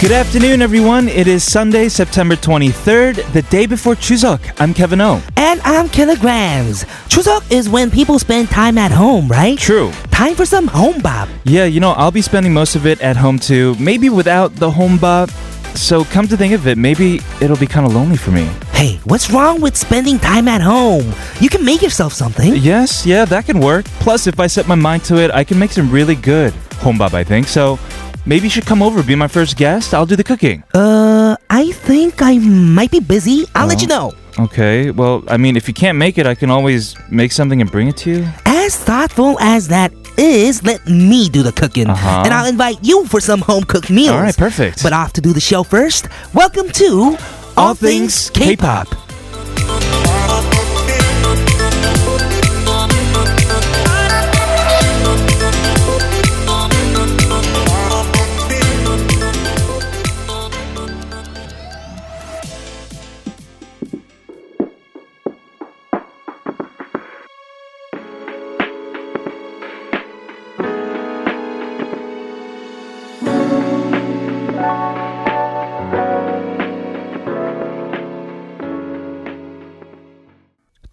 Good afternoon, everyone. It is Sunday, September 23rd, the day before Chuseok. I'm Kevin O. And I'm Kilograms. Chuseok is when people spend time at home, right? True. Time for some home bop. Yeah, you know, I'll be spending most of it at home too, maybe without the home bop. So come to think of it, maybe it'll be kind of lonely for me. Hey, what's wrong with spending time at home? You can make yourself something. Yes, yeah, that can work. Plus, if I set my mind to it, I can make some really good hombap, I think. So maybe you should come over, be my first guest. I'll do the cooking. Uh, I think I might be busy. I'll let you Uh-huh. know. Okay, well, I mean, if you can't make it, I can always make something and bring it to you. As thoughtful as that is, let me do the cooking. Uh-huh. And I'll invite you for some home cooked meals. All right, perfect. But off to do the show first. Welcome to All Things K-Pop.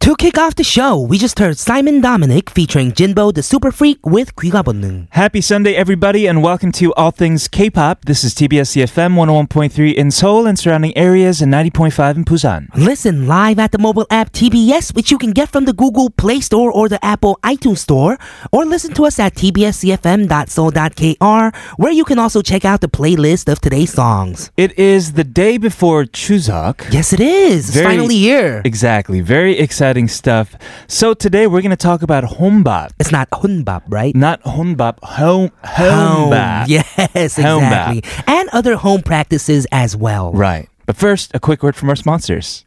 To kick off the show, we just heard Simon Dominic featuring Jinbo the Super Freak with 귀가 본능. Happy Sunday, everybody, and welcome to All Things K-Pop. This is TBS CFM 101.3 in Seoul and surrounding areas and 90.5 in Busan. Listen live at the mobile app TBS, which you can get from the Google Play Store or the Apple iTunes Store, or listen to us at tbscfm.so.kr, where you can also check out the playlist of today's songs. It is the day before Chuseok. Yes, it is. It's Very- e- finally here. Exactly. Very exciting stuff. So today we're going to talk about hombap. It's not hunbap, right? Not honbap, home, hombap. Yes, Home exactly. And other home practices as well. Right. But first, a quick word from our sponsors.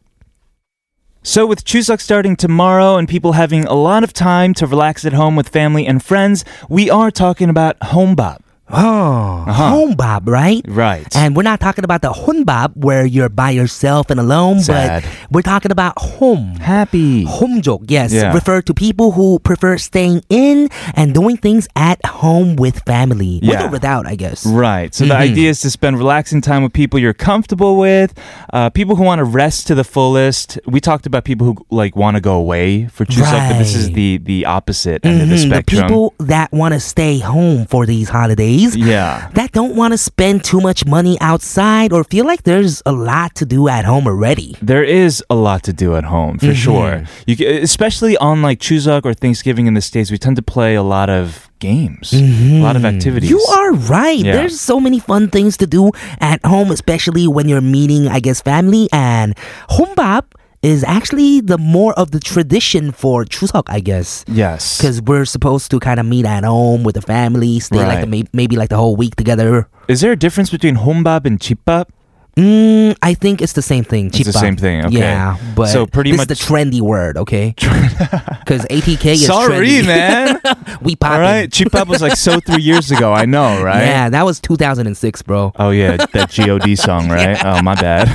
So, with Chuseok starting tomorrow and people having a lot of time to relax at home with family and friends, we are talking about hombap. Oh, Uh-huh. homebop, right? Right. And we're not talking about the hunbab where you're by yourself and alone, Sad. but we're talking about home. Happy. Homejok, yes, Yeah. refer to people who prefer staying in and doing things at home with family, with Yeah. or without, I guess. Right. So the Mm-hmm. idea is to spend relaxing time with people you're comfortable with, uh, people who want to rest to the fullest. We talked about people who like want to go away for Chuseok, but this is Right. the the opposite end of the Mhm, the spectrum. people that want to stay home for these holidays, yeah. that don't want to spend too much money outside or feel like there's a lot to do at home already. There is a lot to do at home Mm-hmm. for sure. You ca- especially on like Chuseok or Thanksgiving in the states, we tend to play a lot of games, a lot of activities. Mm-hmm. You are right. Yeah. There's so many fun things to do at home, especially when you're meeting, I guess, family. And hombap is actually the more of the tradition for Chuseok, I guess. yes. Because we're supposed to kind of meet at home with the family, stay like the, Right. may- maybe like the whole week together. Is there a difference between hombap and chipap? Mm, I think it's the same thing. It's the chipbap. same thing, okay. Yeah, but So pretty this is much- the trendy word. Okay, because ATK is Sorry, trendy. man. we All popping. right, chipap was like so three years ago. I know, right? Yeah, that was 2006, bro. Oh yeah, that God song, right? Oh my bad.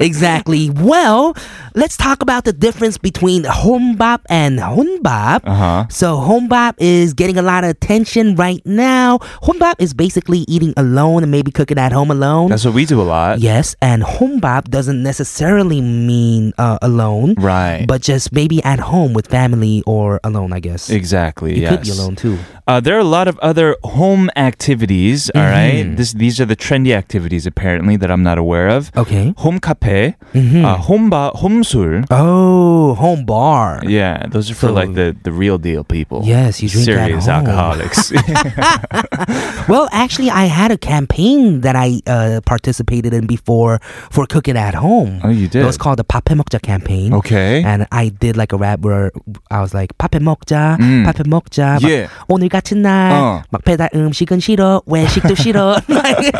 exactly. Well, let's talk about the difference between hombap and honbap. Uh huh. So hombap is getting a lot of attention right now. Hombap is basically eating alone and maybe cooking at home alone. That's what we do a lot. yes, and hombap doesn't necessarily mean uh, alone, Right. but just maybe at home with family or alone, I guess. exactly. you yes. could be alone too. Uh, there are a lot of other home activities. Mm-hmm. All right. This these are the trendy activities apparently that I'm not aware of. Okay. Home cafe, Mhm. uh, homba, homsul. Oh, home bar. Yeah, those are for So- like the, the real deal people. Yes, you drink at serious home. alcoholics. Well, actually, I had a campaign that I uh, participated in before for cooking at home. oh, you did. It was called the Papemokja campaign. okay. And I did like a rap where I was like Papemokja, Mm. Papemokja. 막, Yeah. Oh, 오늘 같은 날, 어. 막 배달 음식은 싫어, 외식도 싫어. Like,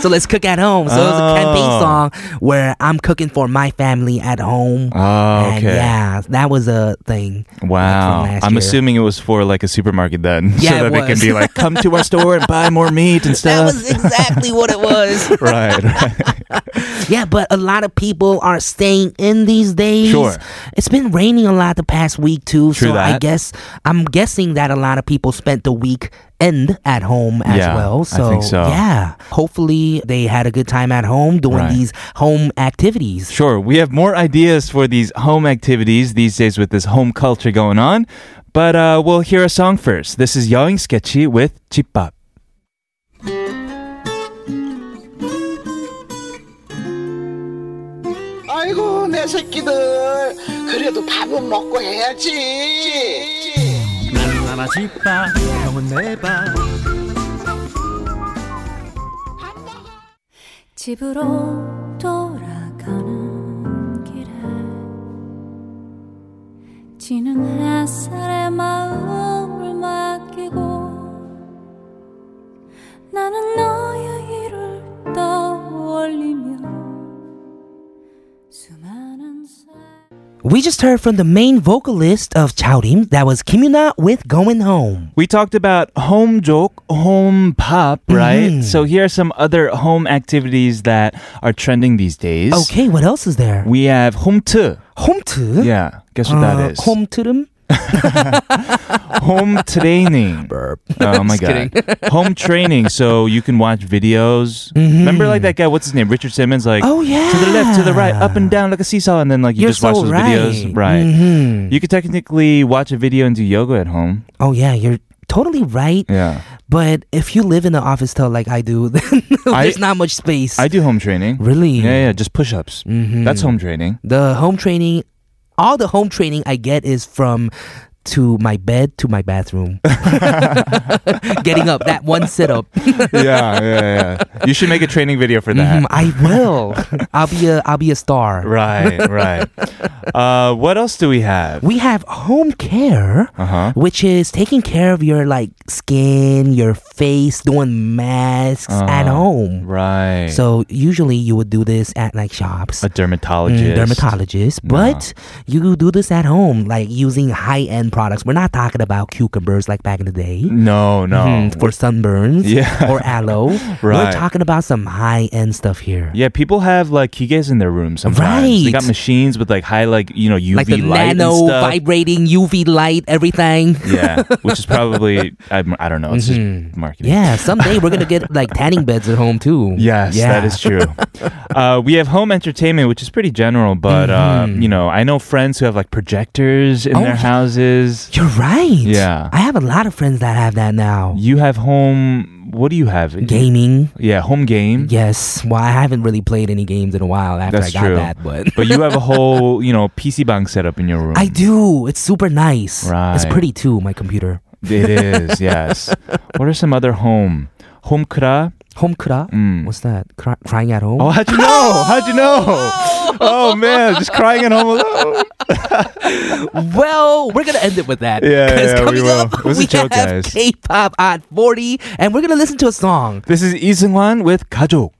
so let's cook at home. So it was a campaign Oh. song where I'm cooking for my family at home. Oh, And okay. uh, yeah, that was a thing. Wow. last I'm year. assuming it was for like a supermarket then. Yeah, so it that they can was. be like, come to our store and buy more meat and stuff. That was exactly what it was. right, right. Yeah, but a lot of people are staying in these days. Sure. It's been raining a lot the past week too. True so I that. guess I'm guessing that a lot of people spent the week end at home as Yeah, well. I think so. yeah. Hopefully they had a good time at home doing Right. these home activities. Sure, we have more ideas for these home activities these days with this home culture going on. But uh, we'll hear a song first. This is Yoing Sketchy with Chipap. 아이고 내 새끼들 그래도 밥은 먹고 해야지 나는 하나 집밥 형은 내밥 집으로 돌아가는 길에 지는 햇살에 마음을 맡기고 나는 너의 일을 떠올리며 수많은 사 We just heard from the main vocalist of Chowdim. That was Kimuna with Going Home. We talked about home joke, home pop, right? Mhm. So here are some other home activities that are trending these days. Okay, what else is there? We have home to. Home to Yeah, guess what that is? Uh, Home to them. home training. Oh my god. home training. So you can watch videos. Remember like that guy, what's his name? Richard Simmons, like Oh yeah. to the left, to the right, up and down like a seesaw, and then like you You're just watch so those videos. Right. Mhm. You could technically watch a video and do yoga at home. Oh yeah, you're totally right. Yeah. But if you live in an office tell like I do, then I- there's not much space. I do home training. really? Yeah, yeah, just push ups. Mhm. That's home training. The home training, all the home training I get is from to my bed to my bathroom. Getting up that one sit up. yeah, yeah, yeah. You should make a training video for that. Mhm, I will. I'll be a I'll be a star. Right, right. uh, what else do we have? We have home care. Uh huh. which is taking care of your like skin, your face, doing masks at Uh, home. Right. So usually you would do this at like shops. a dermatologist. mm, dermatologist, but you do this at home, like using high end products. We're not talking about cucumbers like back in the day No, no. mhm, for sunburns Yeah. or aloe. We're Right. talking about some high end stuff here. yeah, people have like kiges in their room sometimes. They Right. got machines with like high, like you know, UV Like the light and nano stuff. vibrating UV light, everything. yeah, which is probably I, I don't know. It's Mhm. just marketing. Yeah, someday we're gonna get like tanning beds at home too. Yes, that Yeah. is true. uh, we have home entertainment, which is pretty general, but uh, you know, I know friends who have like projectors in Mm-hmm. Oh, their yeah. houses. You're right. Yeah. I have a lot of friends that have that now. You have home. What do you have? Gaming. Yeah, home game. Yes. Well, I haven't really played any games in a while after That's I got true. that, but But you have a whole, you know, PC bank set up in your room. I do. It's super nice. It's Right. pretty too, my computer. It is, yes. What are some other home? Home kra? Home kura. Mm. What's that? Cry- crying at home? Oh, how'd you know? How'd you know? Oh man, just crying at home alone. Well, we're going to end it with that. Yeah, 'Cause yeah, we coming will. up, It was a we joke, have guys. K-pop at 40, and we're going to listen to a song. This is Lee Seung-hwan with 가족.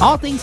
All things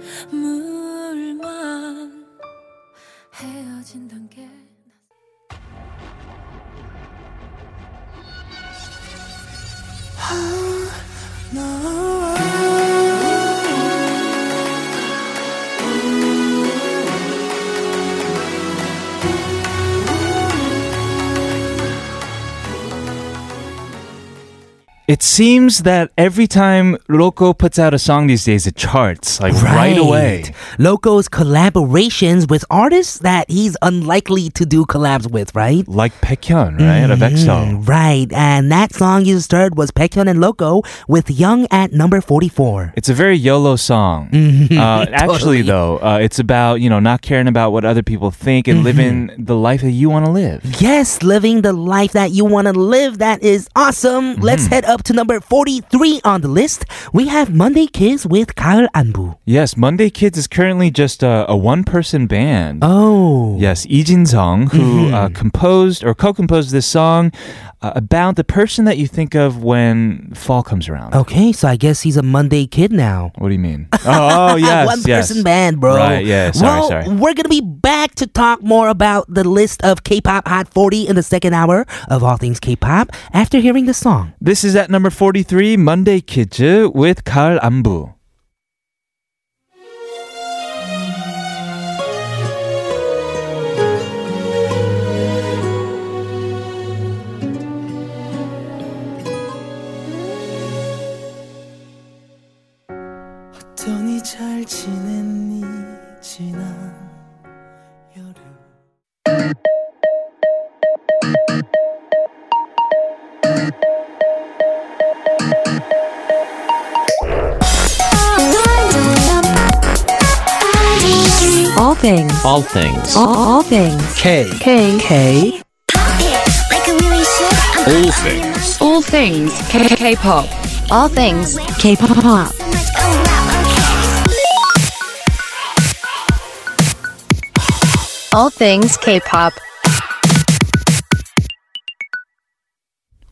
헤어진단 게 It seems that every time Loco puts out a song these days, it charts like right, away. Loco's collaborations with artists that he's unlikely to do collabs with, right? Like Paekhyun, right? Of EXO. Mm, right, and that song you just heard was Baekhyun and Loco with Young at number 44. It's a very YOLO song. Mm-hmm. Uh, actually, though, uh, it's about, you know, not caring about what other people think Mm-hmm. and living the life that you want to live. Yes, living the life that you want to live. That is awesome. Let's Mm-hmm. head up to number 43 on the list. We have Monday Kiss with Gaul Anbu. Yes, Monday Kids is currently just a, a one person band. Oh. Mm-hmm. Yes, Lee Jin Sung, who uh, composed or co-composed this song uh, about the person that you think of when fall comes around. Okay, so I guess he's a Monday kid now. What do you mean? Oh, oh yes, One yes. person band, bro. Right, yeah, sorry, well, sorry. We're going to be back to talk more about the list of K pop Hot 40 in the second hour of All Things K pop after hearing this song. This is at number 43, Monday Kids with Karl Ambu. 어떠니 잘 지냈니 지난 여름 All things. All things. All, things. K. K. K. All things. All things. K. K-pop. All things. K-pop. All things K-pop.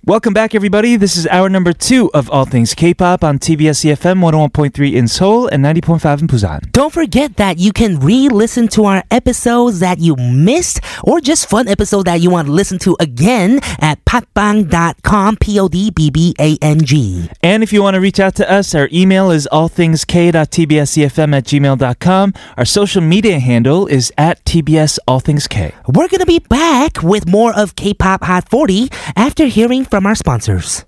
Welcome back, everybody. This is hour number two of All Things K-Pop on TBS EFM 101.3 in Seoul and 90.5 in Busan. Don't forget that you can re listen to our episodes that you missed or just fun episodes that you want to listen to again at popbang.com, P O D B B A N G. And if you want to reach out to us, our email is allthingsk.tbscfm at gmail.com. Our social media handle is at TBS All Things K. We're going to be back with more of K pop Hot 40 after hearing from our sponsors.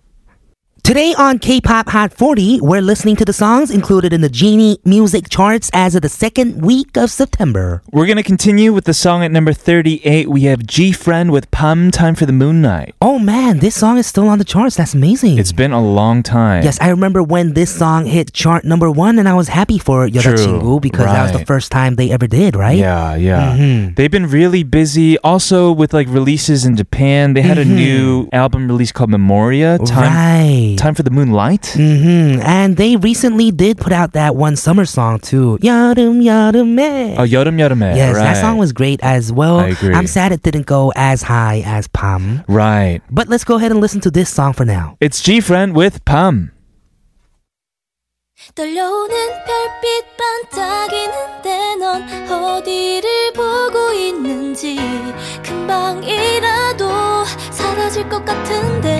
Today on K pop Hot 40, we're listening to the songs included in the Genie music charts as of the second week of September. We're going to continue with the song at number 38. We have G Friend with Pam Time for the Moon Night. Oh man, this song is still on the charts. That's amazing. It's been a long time. Yes, I remember when this song hit chart number one, and I was happy for True, Yodachingu because that was the right. first time they ever did, right? Mm-hmm. Yeah, yeah. They've been really busy also with like releases in Japan. They had Mm-hmm. a new album release called Memoria. Time Right. Time for the Moonlight. hmm And they recently did put out that one summer song too. Yarum Yarume. Oh, Yoram Yorame. yes, right. that song was great as well. I agree. am sad it didn't go as high as Pam. Right. But let's go ahead and listen to this song for now. It's G Friend with Pam. 떨려오는 별빛 반짝이는데 넌 어디를 보고 있는지 금방이라도 사라질 것 같은데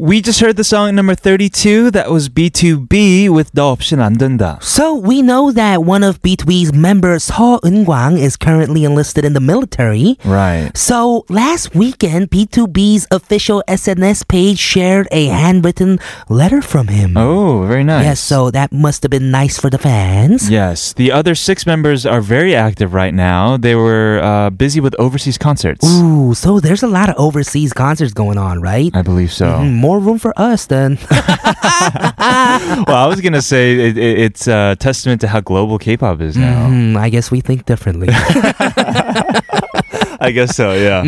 We just heard the song at number 32. That was B2B with 너 없인 안 된다. So we know that one of B2B's members, Seo Eun-gwang, is currently enlisted in the military. Right. So last weekend, B2B's official SNS page shared a handwritten letter from him. Oh, very nice. Yes, so that must have been nice for the fans. Yes, the other six members are very active right now. They were uh, busy with overseas concerts. Ooh, so there's a lot of overseas concerts going on, right? I believe so. Mm, More room for us then. Well, I was gonna say it, it, it's a testament to how global K-pop is now. Hmm, I guess we think differently. Mm-hmm. I guess so. Yeah.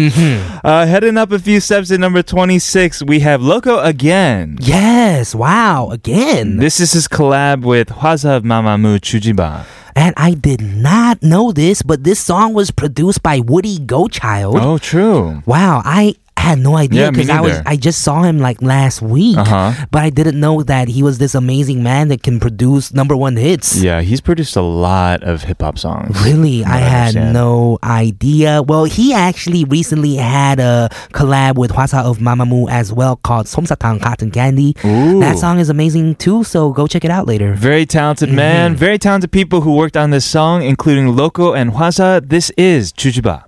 Uh, heading up a few steps at number twenty-six, we have Loco again. yes, wow, again. This is his collab with Hwaseob Mamamoo Chujiba. and I did not know this, but this song was produced by Woody Gochild. Oh, true. Wow, I had no idea Oh. Yeah, me because I was neither. I just saw him like last week, Uh-huh. but I didn't know that he was this amazing man that can produce number one hits. Yeah, he's produced a lot of hip hop songs. Really, from I what had understand. no idea. Well, he actually recently had a collab with Hwasa of Mamamoo as well called Somsatang Cotton Candy. Ooh. That song is amazing too, so go check it out later. Very talented Mm-hmm. man, very talented people who worked on this song, including Loco and Hwasa. This is Jujuba.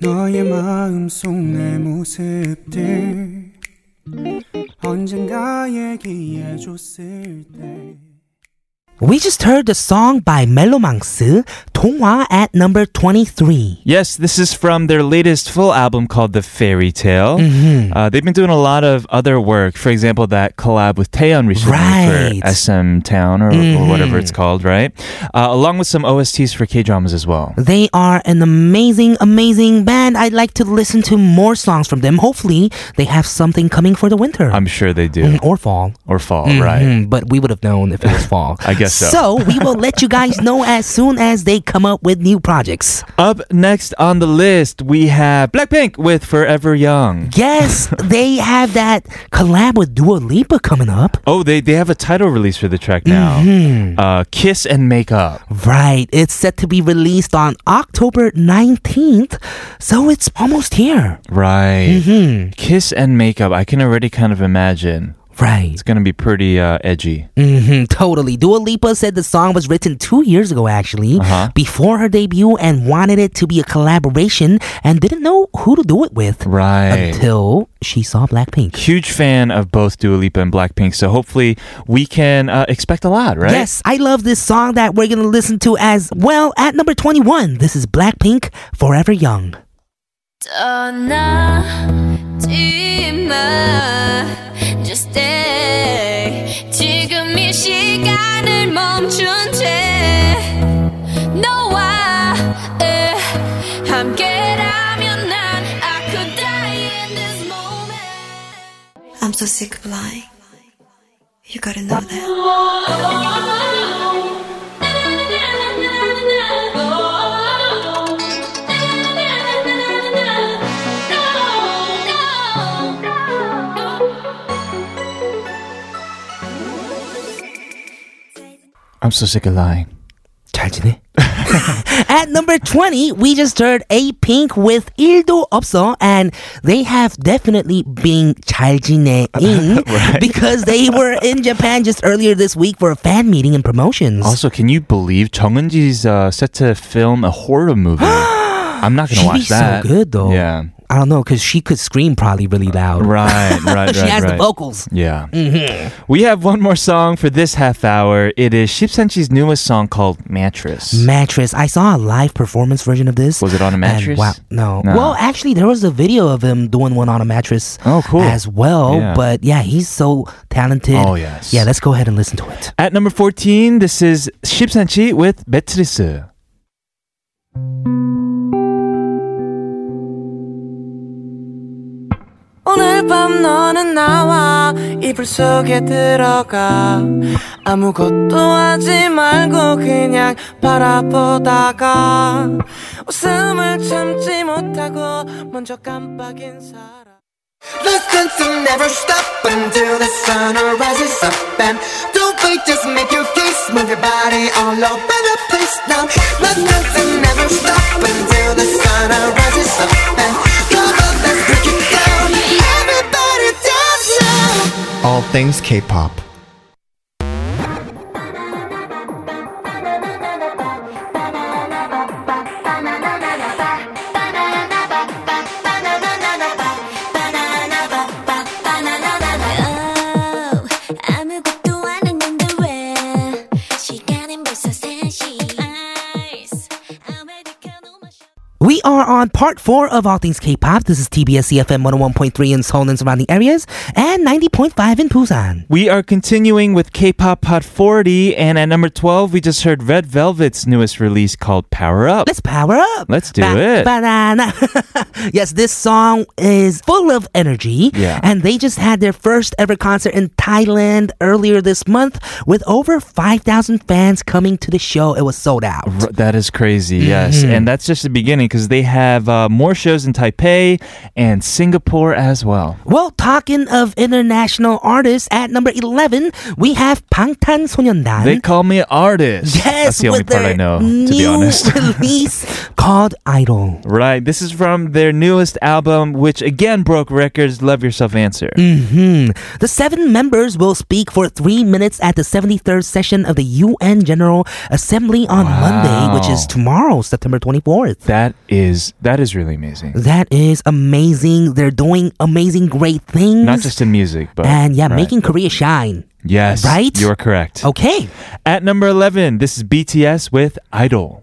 너의 마음속 내 모습들 언젠가 얘기해줬을 때 We just heard the song by Melomangsu, Tonghua at number 23. Yes, this is from their latest full album called The Fairy Tale. Mm-hmm. Uh, they've been doing a lot of other work. For example, that collab with Taeyeon recently Right. Mm-hmm. for SM Town or, or whatever it's called, right? Uh, along with some OSTs for K dramas as well. They are an amazing, amazing band. I'd like to listen to more songs from them. Hopefully, they have something coming for the winter Mm, I'm sure they do. or fall. Or fall, right? Mhm, but we would have known if it was fall. I guess so. So we will let you guys know as soon as they come up with new projects. Up next on the list, we have Blackpink with Forever Young. Yes, they have that collab with Dua Lipa coming up. Oh, they, they have a title release for the track now Mm-hmm. uh, Kiss and Makeup. Right. It's set to be released on October 19th. So it's almost here. Right. Mm-hmm. Kiss and Makeup. I can already kind of imagine. Right. It's going to be pretty uh, edgy. hmm totally. Dua Lipa said the song was written two years ago, actually, Uh-huh. before her debut, and wanted it to be a collaboration and didn't know who to do it with Right. until she saw Blackpink. Huge fan of both Dua Lipa and Blackpink, so hopefully we can uh, expect a lot, right? Yes, I love this song that we're going to listen to as well at number 21. This is Blackpink Forever Young. 떠나지 마 Just stay 지금 이 시간을 멈춘 채 너와 에, 함께라면 난 I could die in this moment I'm so sick of lying. You gotta know that. Oh, I'm so sick of lying. 잘 지내? At number 20, we just heard A Pink with 일도 없어, and they have definitely been 잘 지내ing because they were in Japan just earlier this week for a fan meeting and promotions. Also, can you believe Jeongeunji's uh, set to film a horror movie? I'm not gonna She'd be watch that. so good though. Yeah. I don't know because she could scream probably really loud. Right, right, right. she has the right. vocals. Yeah. We have one more song for this half hour. It is Shipsenchi's newest song called Mattress. Mattress. I saw a live performance version of this. Was it on a and mattress? wow, no. No. Well, actually, there was a video of him doing one on a mattress. Oh, cool. As well, Yeah. but yeah, he's so talented. Oh, yes. Yeah, let's go ahead and listen to it. At number 14, this is Shipsenchi with Beatrice. 오늘 밤 너는 나와 이불 속에 들어가 아무것도 하지 말고 그냥 바라보다가 웃음을 참지 못하고 먼저 깜빡인 사람 The sense will never stop until the sun rises up and don't wait, just make your case, move your body all over the place now. The sense will never stop until the sun rises up and come on, let's break it down. Everybody dance now. All things K-pop. 아무것도 안 했는데 왜 시간은 벌써 3시 Ice I'm ready, can We are are on part four of All Things K-pop. This is TBS EFM 101.3 in Seoul and surrounding areas and 90.5 in Busan. We are continuing with K-pop Hot 40, and at number 12, we just heard Red Velvet's newest release called Power Up. Let's power up. Let's do Ba- it. Banana. yes, this song is full of energy. Yeah. And they just had their first ever concert in Thailand earlier this month with over 5,000 fans coming to the show. It was sold out. R- that is crazy, yes. And that's just the beginning because they have uh, more shows in Taipei and Singapore as well. Well, talking of international artists, at number 11, we have 방탄소년단. They call me artist. yes, that's the only with part their I know, new to be honest. release called Idol. Right. This is from their newest album, which again broke records. Love Yourself Answer. Hmm. The seven members will speak for three minutes at the 73rd session of the UN General Assembly on Monday, which is tomorrow, September 24th. That is that is really amazing. That is amazing. They're doing amazing, great things. Not just in music, but and yeah, right. making Korea shine. yes, right? Oh. You are correct. Okay. At number eleven, this is BTS with Idol.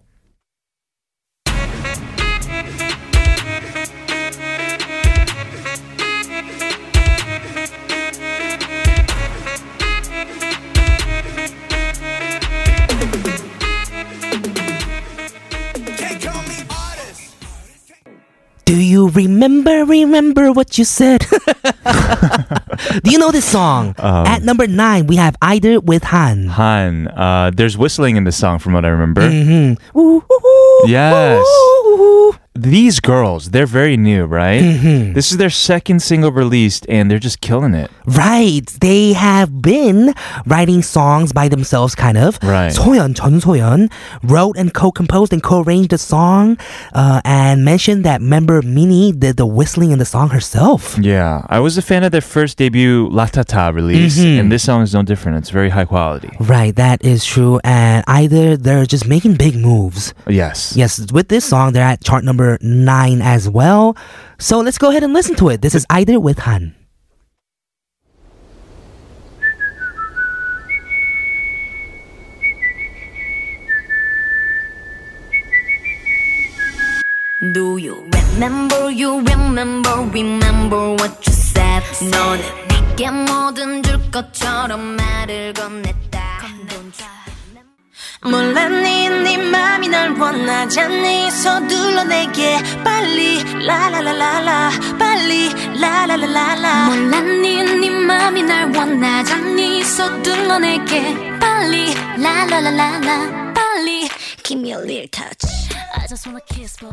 Do you remember, remember what you said? Do you know this song? Um. At number nine, we have Either with Han. Han, uh, there's whistling in the song, from what I remember. Mm-hmm. Ooh, ooh, ooh, Yes. ooh, ooh. These girls, they're very new, right? Mm-hmm. This is their second single released, and they're just killing it. Right. They have been writing songs by themselves, kind of. Right. Soyeon, Chun Soyeon, wrote and co-composed and co-arranged the song uh, and mentioned that member Mini did the whistling in the song herself. Yeah, I was a fan of their first debut, Latata, release, Mm-hmm. and this song is no different. It's very high quality. Right, that is true. And either they're just making big moves. Yes. Yes, with this song, they're at chart number nine as well. So let's go ahead and listen to it. This is Either with Han. Do you remember? You remember? Remember what you said? 너는 내게 뭐든 줄 것처럼 말을 건넸다. 몰라 네네 맘이 날 원하지 않니 서둘러 내게 빨리 라라라라라 빨리 라라라라라 몰랐니 네 맘이 날 원하잖니 서둘러 내게 빨리 라라라라라 빨리 Give me a little touch I just wanna kiss boy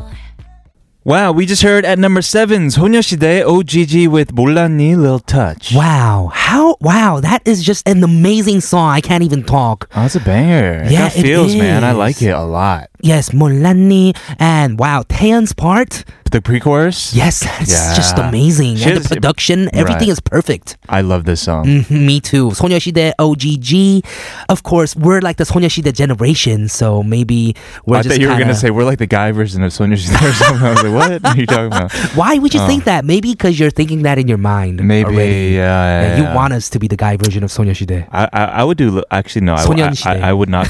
Wow, we just heard at number seven, 소녀시대 OGG with 몰랐니 Lil Touch. Wow, how, wow, that is just an amazing song. I can't even talk. Oh, that's a banger. Yeah, it got it feels, man. I is. like it a lot. Yes, Molani and wow, Taeyeon's part. The pre-chorus, Yes, it's Yeah. just amazing. She and has- the production, everything Right. is perfect. I love this song. Mhm, Me too. 소녀시대 OGG. Of course, we're like the 소녀시대 generation, so maybe we're I just thought you were gonna kinda- say we're like the guy version of 소녀시대 or something. I was like, what? are you talking about? Why would you think that? Maybe because you're thinking that in your mind. Oh. Maybe already. yeah, Yeah, yeah, you yeah. want us to be the guy version of 소녀시대. I, I I would do. li- Actually, no. I, w- I- I, 소년시대. I would not.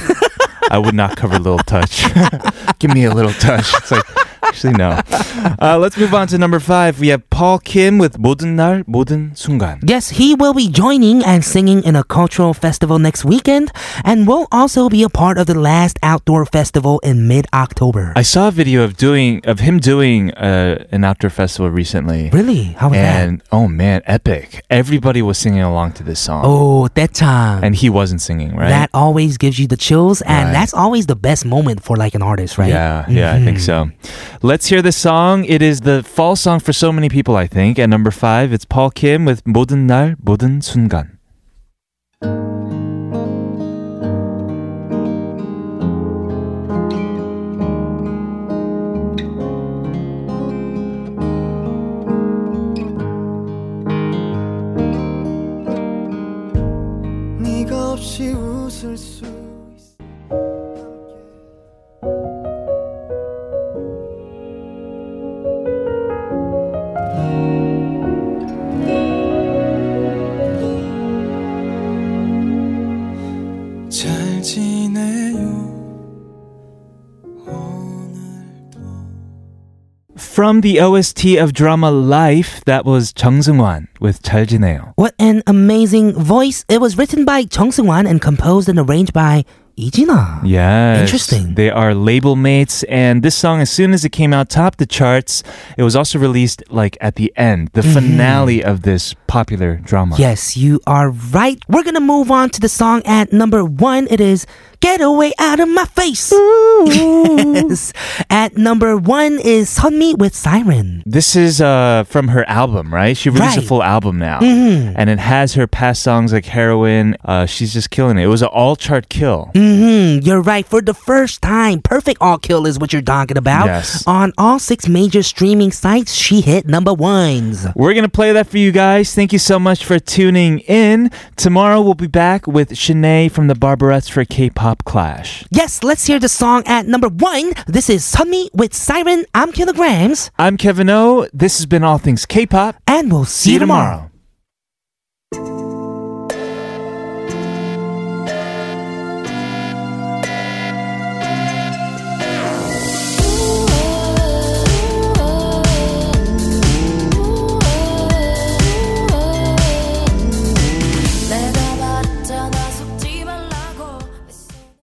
I would not cover little touch. Give me a little touch. It's like actually no. Uh, let's move on to number five. We have Paul Kim with 모든 날 모든 순간. Yes, he will be joining and singing in a cultural festival next weekend and will also be a part of the last outdoor festival in mid-October. I saw a video of doing of him doing uh, an outdoor festival recently. really? How was that? And oh man, epic! Everybody was singing along to this song, Oh, that time. and he wasn't singing, right? That always gives you the chills, and Right. that's always the best moment for like an artist, right? Mm-hmm. Yeah, yeah, I think so. Let's hear the song. It is the fall song for so many people, I think. At number five, it's Paul Kim with 모든 날 모든 순간. 네가 없이 웃을 수 있어 잘 지내요 오늘도 From the OST of drama Life, that was Chung Seung-wan with 잘 지내요. What an amazing voice. It was written by Chung Seung-wan and composed and arranged by Lee Jin-ah. Yes. Interesting. They are label mates, and this song, as soon as it came out, topped the charts. It was also released like at the end, Mm-hmm. the finale of this popular drama. Yes, you are right. We're going to move on to the song at number one. It is Get Away Out of My Face. Yes. At number one is Sunmi with Siren. This is uh, from her album, right? She released a Right. Mm-hmm. full album now, and it has her past songs like Heroin. Uh, she's just killing it. It was an all-chart kill. Mm, you're right. For the first time, Perfect All Kill is what you're talking about. Yes. On all six major streaming sites, she hit number ones. We're going to play that for you guys. Thank you so much for tuning in. Tomorrow we'll be back with Shanae from the Barbarettes for K-Pop Clash. Yes, let's hear the song at number one. This is Sunmi with Siren. I'm Kilograms, I'm Kevin O. This has been All Things K-Pop. and we'll see, See you tomorrow.